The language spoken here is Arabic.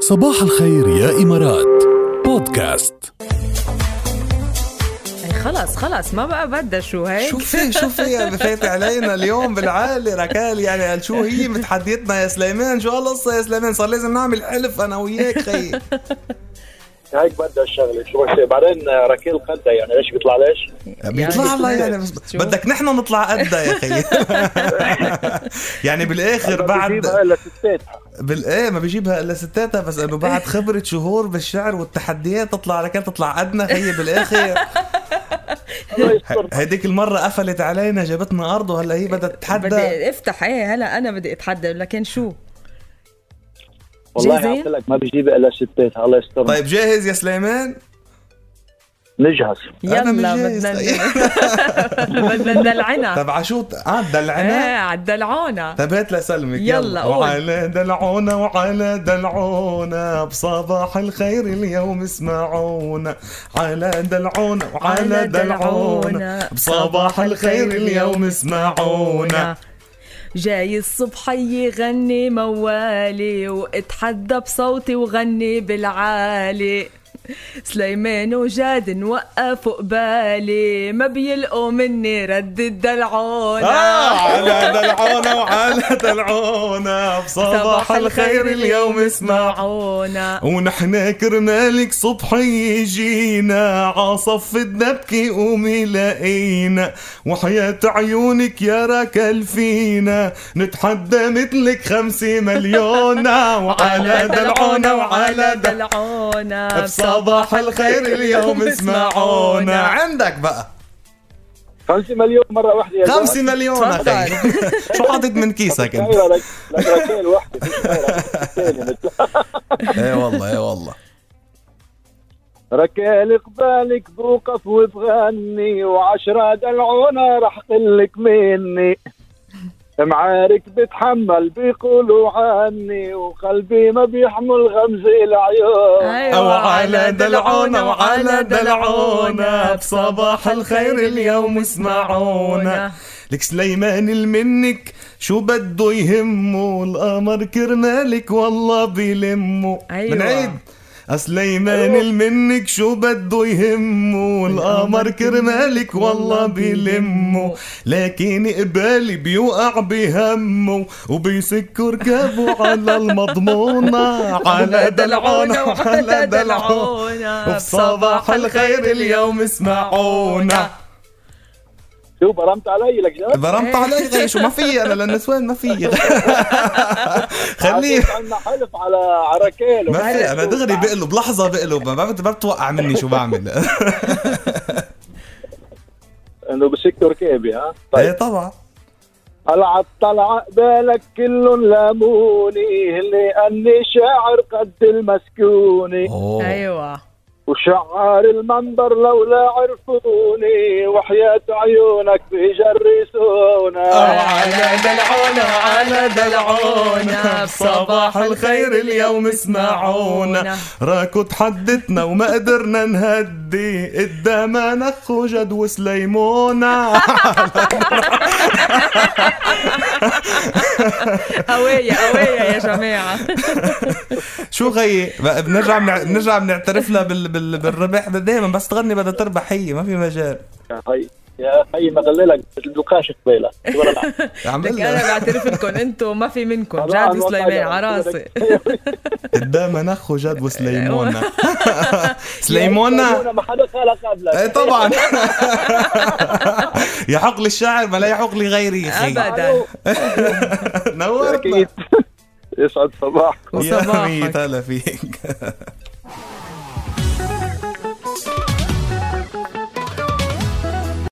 صباح الخير يا إمارات بودكاست أي خلص خلص يعني ما بقى بدها شو هيك شوفي شوفي فات علينا اليوم بالعالي ركال يعني قال شو هي متحديتنا يا سليمان شو هالقصة يا سليمان صار لازم نعمل ألف أنا وياك خيي هيك بدها الشغله شو بحسي بعدين ركيل قدها يعني ليش بيطلع ليش؟ بيطلع لها يعني بس شو؟ بدك نحن نطلع قدها يا خيي يعني بالآخر بعد بجيبها الا ستات بال ايه ما بيجيبها الا ستاتها بس انه إيه. بعد خبره شهور بالشعر والتحديات تطلع ركال تطلع قدنا خيي بالاخر الله يستر هديك المره قفلت علينا جابتنا ارض وهلا هي بدها تتحدى بدي افتح ايه هلا انا بدي اتحدى لكن شو والله جاهزة؟ قلت لك ما بجيبها الا ستات الله يستر طيب جاهز يا سليمان نجهز أنا مش يلا جاهز. بدنا بدنا ندلعنا طب عشو اه ايه دلعنا عالدلعونة طب هات لسلمك يلا قول. وعلى دلعونا وعلى دلعونا بصباح الخير اليوم اسمعونا على دلعونا وعلى دلعونا بصباح الخير اليوم اسمعونا جاي الصبح يغني موالي واتحدى بصوتي وغني بالعالي سليمان وجاد وقفوا قبالي ما بيلقوا مني رد الدلعونة آه على دلعونا وعلى دلعونا بصباح الخير اليوم اسمعونا اسمعونا ونحن كرمالك صبح يجينا عصفتنا بكي قومي لقينا وحياة عيونك يا ركال فينا نتحدى مثلك خمسة مليون وعلى دلعونا وعلى دلعونا دلعونا بصباح الخير اليوم اسمعونا عندك بقى 5 مليون مره واحده يا جماعة. خمسة مليون أخي شو حاطط من كيسك طيب انت لك لك ركيل وحده فيش غيرها. الثانية مثل- اي إيه والله اي والله ركيل قبالك بوقف وبغني وعشرة دلعونا رح قلك مني معارك بتحمل بيقولوا عني وقلبي ما بيحمل غمزة العيون أيوة، أو على دلعونا وعلى دلعونا بصباح الخير اليوم اسمعونا لك سليمان المنك شو بده يهمه القمر كرمالك والله بيلمه أيوة. منعيد سليمان المنك شو بده يهمه القمر كرمالك والله بيلمه لكن قبالي بيوقع بهمه وبيسك ركابه على المضمونة على دلعونا وعلى دلعونا وبصباح الخير اليوم اسمعونا شو برمت علي لك جد؟ برمت علي غير شو ما في انا للنسوان ما في خليه عطيت عنا حلف على على ركيل ما في انا دغري بقلب لحظه بقلب ما بت- ما بتوقع مني شو بعمل انه بسكت ركابي ها ايه طيب طبعا طلعت طلعة بالك كلهم لاموني لاني شاعر قد المسكوني أوه. ايوه وشعار المنبر لولا عرفوني وحياة عيونك بيجرسونا أو على دلعونا على دلعونا بصباح الخير اليوم اسمعونا راكو تحدتنا وما قدرنا نهدي قدامنا نخ وجد وسليمونة قوية قوية يا جماعة شو غي بقى بنرجع بنع- بنرجع بنعترف لها بال... بال... بالربح دايما بس تغني بدها تربح هي ما في مجال يا خي يا خي ما غللك تلقاش قبيلك عم لك بقول انا لها بعترف لكم انتم ما في منكم والله جاد عم وسليمان بطلع. على راسي قدامنا نخ وجد وسليمونة إيه، سليمونة ما حدا خلق قبلك ايه طبعا يحق للشاعر ما لا يحق لغيره يا اخي ابدا نورتنا اكيد يسعد صباحك يا وصباحك. ميت هلا فيك